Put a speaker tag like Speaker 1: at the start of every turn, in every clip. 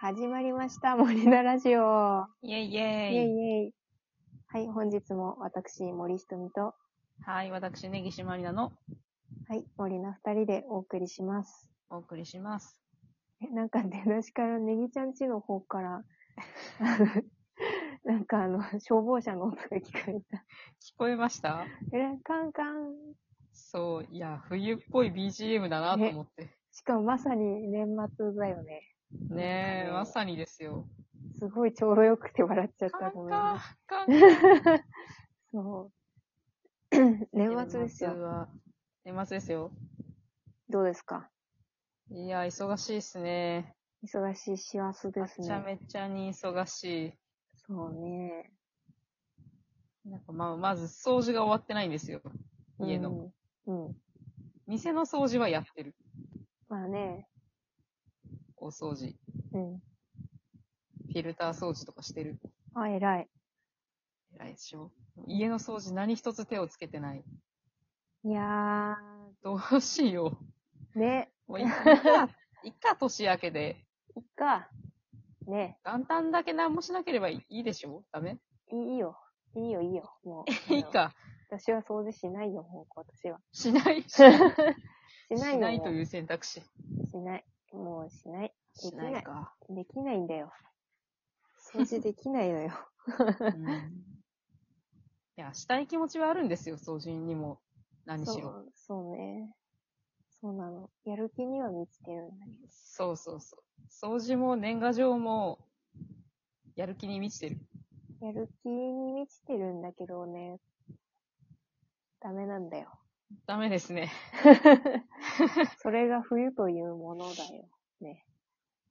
Speaker 1: 始まりました、森田ラジオ。
Speaker 2: イェイイ
Speaker 1: イ
Speaker 2: ェ
Speaker 1: ェ
Speaker 2: イ
Speaker 1: イイェイ。はい、本日も私、森ひとみと、
Speaker 2: はい、私、根岸まりなの
Speaker 1: はい、森の二人でお送りします。
Speaker 2: お送りします。
Speaker 1: え、なんか出だしからネギちゃんちの方から、 あのなんかあの、消防車の音が聞こえた。
Speaker 2: 聞こえました
Speaker 1: えら、カンカン。
Speaker 2: そう、いや、冬っぽい BGM だなと思って。
Speaker 1: しかもまさに年末だよね。
Speaker 2: ねえ、
Speaker 1: ね
Speaker 2: まさにですよ。
Speaker 1: すごいちょうどよくて笑っちゃっ
Speaker 2: カ
Speaker 1: た。
Speaker 2: ン
Speaker 1: ごめんね
Speaker 2: カン、カンカン。
Speaker 1: そう。 年末ですよ。
Speaker 2: よ。年末ですよ。
Speaker 1: どうですか
Speaker 2: いや、忙しいっすね。
Speaker 1: 忙しい幸せで
Speaker 2: め
Speaker 1: す
Speaker 2: ちゃ
Speaker 1: ね。
Speaker 2: めちゃに忙し
Speaker 1: そうね。
Speaker 2: い。なんかまあ、まず掃除が終わってないんですよ。家の。
Speaker 1: うん。うん。
Speaker 2: 店の掃除はやってる。
Speaker 1: まあね。
Speaker 2: お掃除。
Speaker 1: うん。
Speaker 2: フィルター掃除とかしてる。
Speaker 1: あ、偉い。
Speaker 2: 偉いでしょ。家の掃除何一つ手をつけてない。
Speaker 1: いや
Speaker 2: どうしよ
Speaker 1: ー、
Speaker 2: う。
Speaker 1: ね、
Speaker 2: もうい いか、いっか、年明けで。
Speaker 1: いっか。ね、
Speaker 2: 元旦だけ何もしなければいいでしょダメ
Speaker 1: いいよ。いいよ、いいよ。 もう。
Speaker 2: いいか。
Speaker 1: 私は掃除しないよ、もう、今年は。
Speaker 2: しない。 しない
Speaker 1: しないよ。
Speaker 2: と
Speaker 1: も
Speaker 2: いう選択肢。
Speaker 1: うしない。もうしない。で
Speaker 2: し
Speaker 1: き
Speaker 2: な
Speaker 1: ないい。
Speaker 2: か。
Speaker 1: できないんだよ。掃除できないのよ。
Speaker 2: うんいや、したい気持ちはあるんですよ、掃除にも。 何
Speaker 1: そ
Speaker 2: しろ。
Speaker 1: う、そうね。そうなの。やる気には満ちてるんだけど。
Speaker 2: そうそうそう。掃除も年賀状も、やる気に満ちてる。
Speaker 1: やる気に満ちてるんだけどね。ダメなんだよ。
Speaker 2: ダメですね。
Speaker 1: それが冬というものだよ。ね。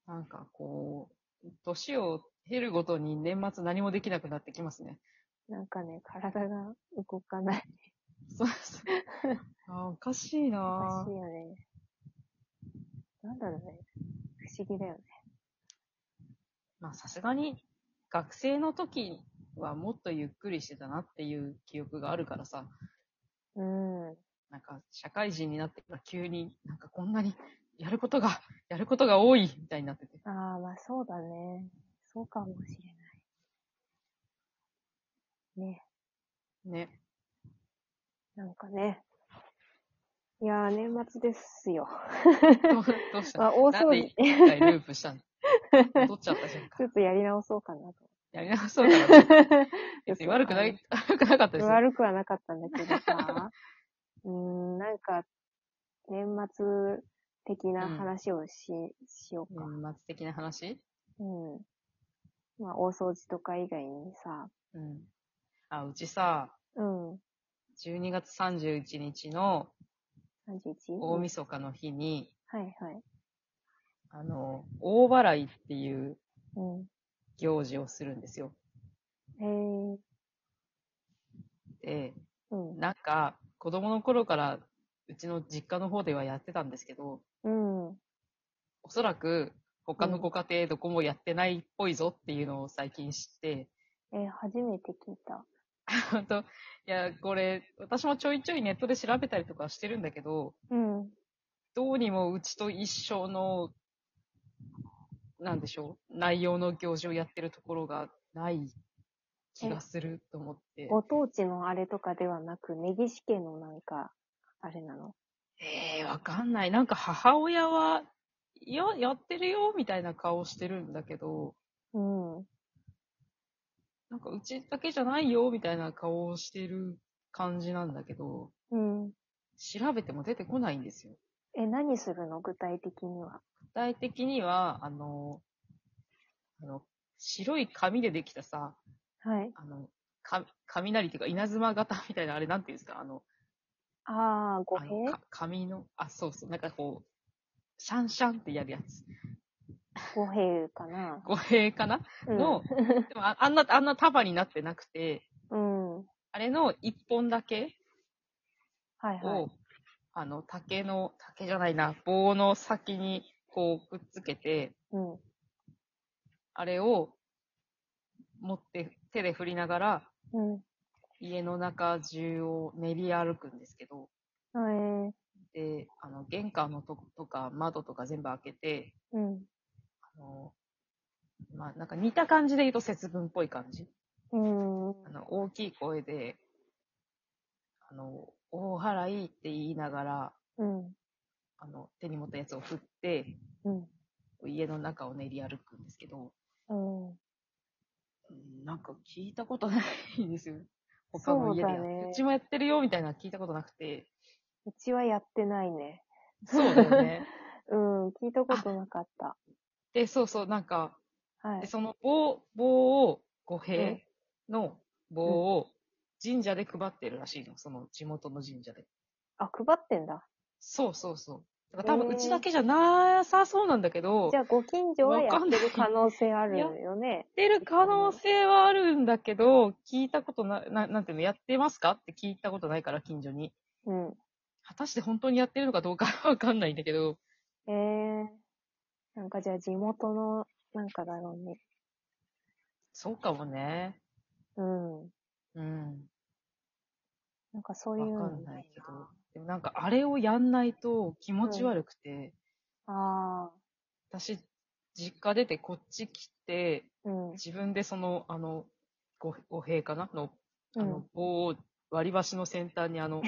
Speaker 2: なんかこう、年を経るごとに年末何もできなくなってきますね。
Speaker 1: なんかね、体が動かない。
Speaker 2: そうそう。あーおかしい
Speaker 1: おか
Speaker 2: な
Speaker 1: しいよね。なんだろうね。不思議だよね。
Speaker 2: まあさすがに学生の時はもっとゆっくりしてたなっていう記憶があるからさ、
Speaker 1: うん。
Speaker 2: なんか社会人になってから急になんかこんなにやることが、やることが多いみたいになってて。
Speaker 1: ああ、まあそうだね。そうかもしれない。ね。
Speaker 2: ね。
Speaker 1: なんかね。いやー、年末ですよ。
Speaker 2: どうどうし た
Speaker 1: あ、大
Speaker 2: なん
Speaker 1: 掃
Speaker 2: で
Speaker 1: 除
Speaker 2: 一。回ループしたの戻っちゃったじゃんか
Speaker 1: ちょ。っとやり直そうかなと。
Speaker 2: やり直そうだな。 別に
Speaker 1: 嘘
Speaker 2: 悪くない、悪くなかったですよ。
Speaker 1: 悪くはなかったんだけど さ。うーん、なんか、年末的な話をし、しようか。
Speaker 2: 年末的な話
Speaker 1: うん。まあ、大掃除とか以外にさ。
Speaker 2: うん。あ、うちさ、
Speaker 1: うん。
Speaker 2: 12月31日の
Speaker 1: 31?
Speaker 2: 大晦日の日に、
Speaker 1: はいはい。
Speaker 2: あの、大払いっていう
Speaker 1: うん。
Speaker 2: 行事をするんですよ。
Speaker 1: えー、
Speaker 2: で、
Speaker 1: うん。
Speaker 2: なんか、子供の頃から、うちの実家の方ではやってたんですけど、
Speaker 1: うん。
Speaker 2: おそらく、他のご家庭どこもやってないっぽいぞっていうのを最近知って、
Speaker 1: えー、初めて聞いた。
Speaker 2: 本当いや、これ、私もちょいちょいネットで調べたりとかしてるんだけど、
Speaker 1: うん。
Speaker 2: どうにもうちと一緒の、なんでしょう、内容の行事をやってるところがない気がすると思って。
Speaker 1: ご当地のあれとかではなく、ネギシ家のなんか、あれなの。
Speaker 2: ええー、わかんない。なんか母親は、いや、やってるよ、みたいな顔してるんだけど、
Speaker 1: うん。
Speaker 2: なんかうちだけじゃないよ、みたいな顔をしてる感じなんだけど、
Speaker 1: うん。
Speaker 2: 調べても出てこないんですよ。
Speaker 1: え、何するの具体的には。
Speaker 2: 具体的には、あの、あの、白い紙でできたさ、
Speaker 1: はい。
Speaker 2: あの、か、雷っていうか稲妻型みたいな、あれなんていうんですか、あの、
Speaker 1: ああ、語
Speaker 2: あの
Speaker 1: 弊
Speaker 2: か紙の、あ、そうそう、なんかこう、シャンシャンってやるやつ。
Speaker 1: 語弊かな。
Speaker 2: 語弊かな
Speaker 1: うん
Speaker 2: の、 でもああんな、あんな束になってなくて、
Speaker 1: うん。は
Speaker 2: あれの一本だけ
Speaker 1: い
Speaker 2: を、
Speaker 1: はい。
Speaker 2: あの、竹の、竹じゃないな、棒の先にこうくっつけて、
Speaker 1: うん。
Speaker 2: あれを持って手で振りながら、
Speaker 1: うん。
Speaker 2: 家の中中を練り歩くんですけど、
Speaker 1: えー、
Speaker 2: で、あの、玄関のとことか窓とか全部開けて、
Speaker 1: うん。
Speaker 2: あの、まあなんか似た感じで言うと節分っぽい感じ。
Speaker 1: うん。
Speaker 2: あの、大きい声で、あの、大払いって言いながら、
Speaker 1: うん。
Speaker 2: あの、手に持ったやつを振って、
Speaker 1: うん。
Speaker 2: 家の中を練り歩くんですけど、
Speaker 1: うん。
Speaker 2: うんなんか聞いたことないんですよ。他の家でやって
Speaker 1: そうだね
Speaker 2: うちもやってるよみたいなの聞いたことなくて。
Speaker 1: うちはやってないね。
Speaker 2: そうだよね。
Speaker 1: うん。聞いたことなかった。
Speaker 2: で、そうそう、なんか、
Speaker 1: は
Speaker 2: で
Speaker 1: い。
Speaker 2: その棒、棒を、五
Speaker 1: うん
Speaker 2: 平の棒を神社で配ってるらしいの。その地元の神社で。
Speaker 1: あ、配ってんだ。
Speaker 2: そうそうそう。だから多
Speaker 1: へー
Speaker 2: 分うちだけじゃなさそうなんだけど、
Speaker 1: じゃあ、ご近所はや
Speaker 2: わ
Speaker 1: っ
Speaker 2: か
Speaker 1: て
Speaker 2: んない
Speaker 1: る可能性あるよね。
Speaker 2: やってる可能性はあるんだけど、聞いたことな、ななんていうの、やってますかって聞いたことないから、近所に。
Speaker 1: うん。
Speaker 2: 果たして本当にやってるのかどうかわかんないんだけど、
Speaker 1: ええなんかじゃあ地元の、なんかだろうね。
Speaker 2: そうかもね。
Speaker 1: うん。
Speaker 2: うん。
Speaker 1: なんかそうい
Speaker 2: わ
Speaker 1: うの
Speaker 2: かんないけど。でもなんか、あれをやんないと気持ち悪くて、
Speaker 1: あ
Speaker 2: 私、実家出てこっち来て、
Speaker 1: あ、うん。
Speaker 2: 自分でその、あの、ご、お塀かなの、あ
Speaker 1: う
Speaker 2: の
Speaker 1: ん、
Speaker 2: 棒を割り箸の先端にあの、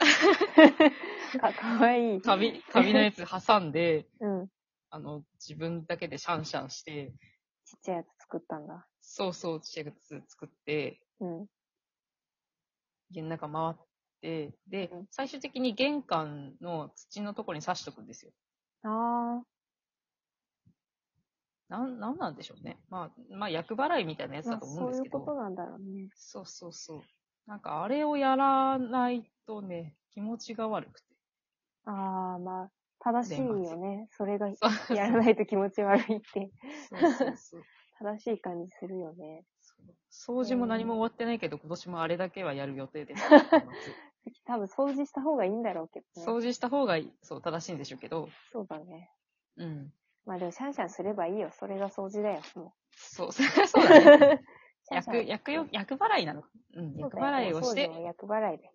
Speaker 1: か、かわいい。
Speaker 2: カビ、カビのやつ挟んで、
Speaker 1: うん。
Speaker 2: あの、自分だけでシャンシャンして、
Speaker 1: ちっちゃいやつ作ったんだ。
Speaker 2: そうそう、シェグツ作って、
Speaker 1: うん。
Speaker 2: 家の中回って、で
Speaker 1: うん、
Speaker 2: 最終的に玄関の土のところに刺しとくんですよ。
Speaker 1: ああ、
Speaker 2: なん、なんなんでしょうね。まあ、まあ、厄払いみたいなやつ
Speaker 1: ま
Speaker 2: だ
Speaker 1: あ
Speaker 2: と思
Speaker 1: そう
Speaker 2: うん
Speaker 1: い
Speaker 2: です
Speaker 1: う
Speaker 2: けど。
Speaker 1: ことなんだろうね。
Speaker 2: そうそうそう。なんか、あれをやらないとね、気持ちが悪くて。
Speaker 1: ああ、まあ、正しいよね。それが
Speaker 2: そ う
Speaker 1: やらないと気持ち悪いって、
Speaker 2: そうそうそう。
Speaker 1: 正しい感じするよね。
Speaker 2: そう掃除も何も終わってないけど、今年もあれだけはやる予定です。
Speaker 1: 多分掃除した方がいいんだろうけどね。
Speaker 2: 掃除した方がいい、そう、正しいんでしょうけど、
Speaker 1: そうだね。
Speaker 2: うん。
Speaker 1: まあでもシャンシャンすればいいよ。それが掃除だよ、も
Speaker 2: そう、 そうだね。
Speaker 1: う。シャンシ
Speaker 2: 役、
Speaker 1: ャン。
Speaker 2: 役よ、役払いなの。うん、
Speaker 1: そう
Speaker 2: 役
Speaker 1: だよ
Speaker 2: 払いをして
Speaker 1: お掃除も
Speaker 2: 終
Speaker 1: 役払いで。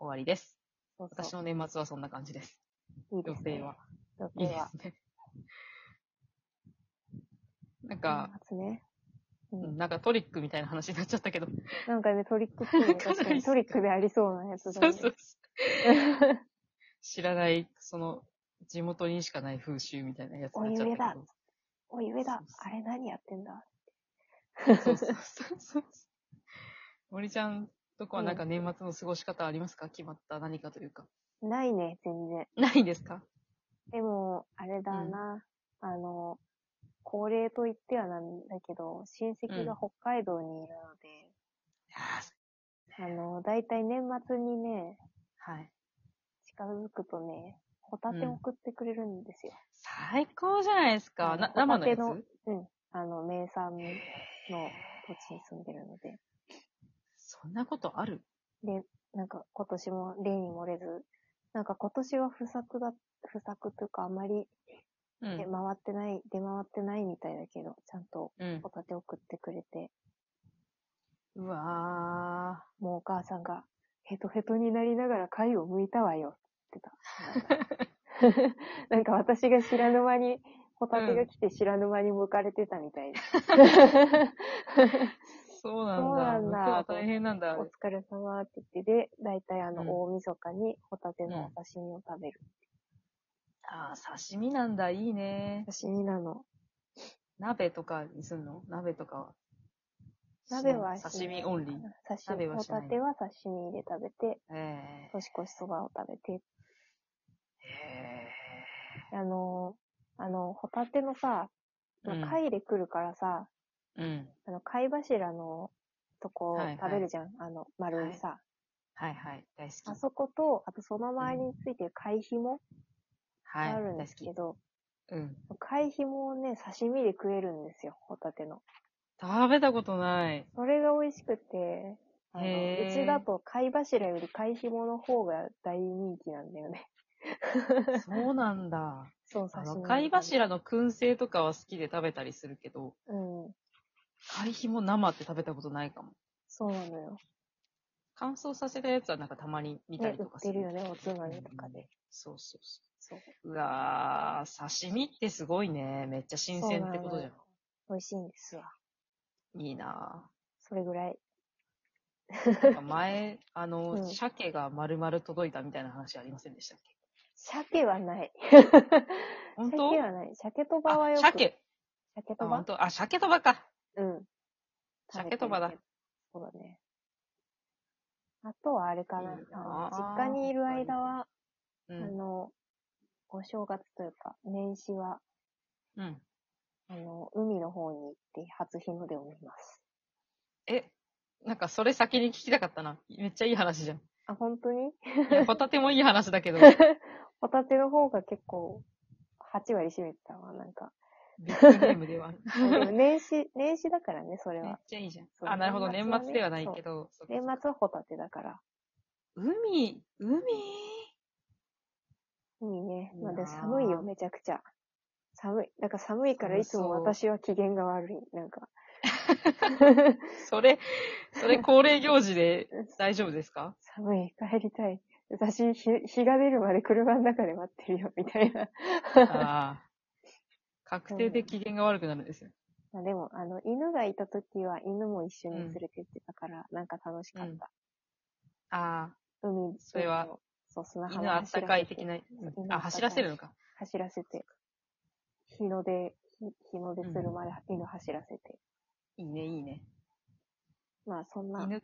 Speaker 2: わりです。
Speaker 1: そうそう
Speaker 2: 私の年末はそんな感じです。
Speaker 1: いい
Speaker 2: 予
Speaker 1: ですね。
Speaker 2: 定は。
Speaker 1: 予
Speaker 2: いい
Speaker 1: 定
Speaker 2: で
Speaker 1: は。
Speaker 2: すね。なんか、
Speaker 1: 年末ね。う
Speaker 2: うん
Speaker 1: ん。
Speaker 2: なんかトリックみたいな話になっちゃったけど。
Speaker 1: なんかね、トリックっ ぽいね。確かにトリックでありそうなやつ
Speaker 2: そ
Speaker 1: だ
Speaker 2: う
Speaker 1: ね。
Speaker 2: そう。知らない、その、地元にしかない風習みたいなやつになっちゃったけど。
Speaker 1: おい、上
Speaker 2: そう
Speaker 1: だ
Speaker 2: そう。
Speaker 1: あれ何やってんだ。
Speaker 2: そうそうそうそう。森ちゃんとこはなんか年末の過ごし方ありますか決まった何かというか。
Speaker 1: ないね、全然。
Speaker 2: ないですか
Speaker 1: でも、あれだな。あの、恒例と言ってはなんだけど、親戚が北海道にいるので、あの、だいたい年末にね、
Speaker 2: はい。
Speaker 1: 近づくとね、ホタテ
Speaker 2: うん
Speaker 1: 送ってくれるんですよ。
Speaker 2: 最高じゃないですか。な生のやつ
Speaker 1: ホタテうん。あの、名産の土地に住んでるので。
Speaker 2: そんなことある
Speaker 1: で、なんか今年も例に漏れず、なんか今年は不作だ、不作というかあまり
Speaker 2: う
Speaker 1: 出回
Speaker 2: ん。
Speaker 1: ってない、出回ってないみたいだけど、ちゃんと
Speaker 2: うん
Speaker 1: ホ、タテ送ってくれて、
Speaker 2: うわ
Speaker 1: もうお母さんがヘトヘトになりながら貝を剥いたわよって言ってた。な んかなんか私が知らぬ間に、ホタテが来て知らぬ間に剥かれてたみたいで、
Speaker 2: ー。そうなんだ。
Speaker 1: そうなんだ
Speaker 2: 向こうは大変なんだ。
Speaker 1: お疲れ様って言って、で、大体あの
Speaker 2: うん
Speaker 1: 大晦日にホタテのお刺身を食べる。
Speaker 2: ああ、刺身なんだ。いいね。
Speaker 1: 刺身なの。
Speaker 2: 鍋とかにすんの鍋とかは。
Speaker 1: 鍋はしない
Speaker 2: 刺身オンリー。
Speaker 1: 刺
Speaker 2: 鍋
Speaker 1: 身、
Speaker 2: は
Speaker 1: ホ
Speaker 2: しない
Speaker 1: タテは刺身で食べて、
Speaker 2: え
Speaker 1: 年越しそばを食べて、
Speaker 2: ー、え
Speaker 1: あのーあの、ホタテのさ、
Speaker 2: ー。うん
Speaker 1: 貝で来るからさ、
Speaker 2: うん。
Speaker 1: あの、貝柱のとこ
Speaker 2: はいはい
Speaker 1: 食べるじゃん、あの、丸いさ、
Speaker 2: はいはい。大好き。
Speaker 1: あそこと、あとその周りについてる貝紐
Speaker 2: は
Speaker 1: が
Speaker 2: い。
Speaker 1: あるんで
Speaker 2: 大
Speaker 1: す
Speaker 2: 好
Speaker 1: け
Speaker 2: き。
Speaker 1: ど、
Speaker 2: うん。
Speaker 1: 貝紐をね、刺身で食えるんですよ、ホタテの。
Speaker 2: 食べたことない。
Speaker 1: それが美味しくて、あの、
Speaker 2: へ
Speaker 1: う
Speaker 2: ー
Speaker 1: ちだと貝柱より貝紐の方が大人気なんだよね。
Speaker 2: そうなんだ。
Speaker 1: そう、刺
Speaker 2: あ
Speaker 1: 身で。
Speaker 2: の、貝柱の燻製とかは好きで食べたりするけど、
Speaker 1: うん。
Speaker 2: 貝ひも生って食べたことないかも。
Speaker 1: そうなのよ。
Speaker 2: 乾燥させたやつはなんかたまに見た
Speaker 1: ね売
Speaker 2: り、と
Speaker 1: っ
Speaker 2: かす
Speaker 1: て
Speaker 2: る。
Speaker 1: るよね、おつまみとか
Speaker 2: うん
Speaker 1: で。
Speaker 2: そうそうそ
Speaker 1: そ
Speaker 2: う。
Speaker 1: う。
Speaker 2: うわー、刺身ってすごいね。めっちゃ新鮮ってことじゃん。
Speaker 1: 美味しいんですわ。
Speaker 2: いいな
Speaker 1: それぐらい。
Speaker 2: ぁ。なんか 前、あの、
Speaker 1: うん
Speaker 2: 鮭が丸々届いたみたいな話ありませんでしたっけ
Speaker 1: 鮭はない。
Speaker 2: 本
Speaker 1: 鮭
Speaker 2: 当
Speaker 1: はない。鮭とばはよ
Speaker 2: あ
Speaker 1: く。
Speaker 2: 鮭。
Speaker 1: 鮭
Speaker 2: あ、
Speaker 1: とば
Speaker 2: 本当あ、鮭とばか。
Speaker 1: うん。
Speaker 2: 鮭とばだ。
Speaker 1: そうだね。あとはあれかな。
Speaker 2: いい
Speaker 1: あ
Speaker 2: な
Speaker 1: の
Speaker 2: ぁ
Speaker 1: 実家にいる間は、あ
Speaker 2: うん。
Speaker 1: の、お正月というか、年始は、
Speaker 2: うん。
Speaker 1: あの、海の方に行って初日の出を見ます。
Speaker 2: え、なんかそれ先に聞きたかったな。めっちゃいい 話じゃん。
Speaker 1: あ、本当に
Speaker 2: いやホタテもいい話だけど、
Speaker 1: ホタテの方が結構、8割占めてたわ、なんか。
Speaker 2: ビッグゲームで は。
Speaker 1: あでも年始、年始だからね、それ
Speaker 2: めっ
Speaker 1: は。
Speaker 2: ちゃいいじゃん。
Speaker 1: そう
Speaker 2: あ、なるほど。
Speaker 1: 年末は
Speaker 2: 年
Speaker 1: ね
Speaker 2: 末ではないけど。そっか
Speaker 1: 年末はホタテだから。
Speaker 2: 海、海
Speaker 1: 海ね。まあ、でも
Speaker 2: いいなあ
Speaker 1: 寒いよ、めちゃくちゃ。寒い。なんか寒いからいつも
Speaker 2: そうそう
Speaker 1: 私は機嫌が悪い。なんか。
Speaker 2: それ、それ恒例行事で大丈夫で すか
Speaker 1: 寒い、帰りたい。私、日、日が出るまで車の中で待ってるよ、みたいな。
Speaker 2: ああ。確定で機嫌が悪くなるんですよ。
Speaker 1: まあでも、あの、犬がいた時は犬も一緒に連れてってたから、なんか楽しかった。
Speaker 2: ああ。
Speaker 1: 海、
Speaker 2: それは
Speaker 1: 海を、そう、砂浜
Speaker 2: 犬あったかい的
Speaker 1: 走ら
Speaker 2: な。
Speaker 1: せて
Speaker 2: うんあ、走らせるのか。
Speaker 1: 走らせて。日の出、日日の出するまで犬走らせて。
Speaker 2: いいね、いいね。
Speaker 1: まあ、そんな、
Speaker 2: 犬、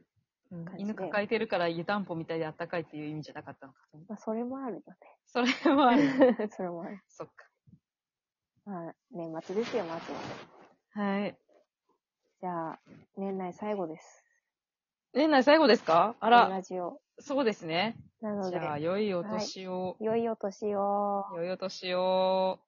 Speaker 2: うん
Speaker 1: 感じで
Speaker 2: 犬抱えてるから湯たんぽみたいであったかいっていう意味じゃなか ったのか。
Speaker 1: まあ、それもあるよ
Speaker 2: それはある、
Speaker 1: ね。 それもある。
Speaker 2: そっか。
Speaker 1: まあ、年末ですよ、まずは。
Speaker 2: はい。
Speaker 1: じゃあ、年内最後です。
Speaker 2: 年内最後ですかあら、
Speaker 1: ラジオ。
Speaker 2: そうですね。
Speaker 1: なの
Speaker 2: じ
Speaker 1: で、
Speaker 2: ゃあ、良いお年を。
Speaker 1: 良いお年を。
Speaker 2: 良いお年を。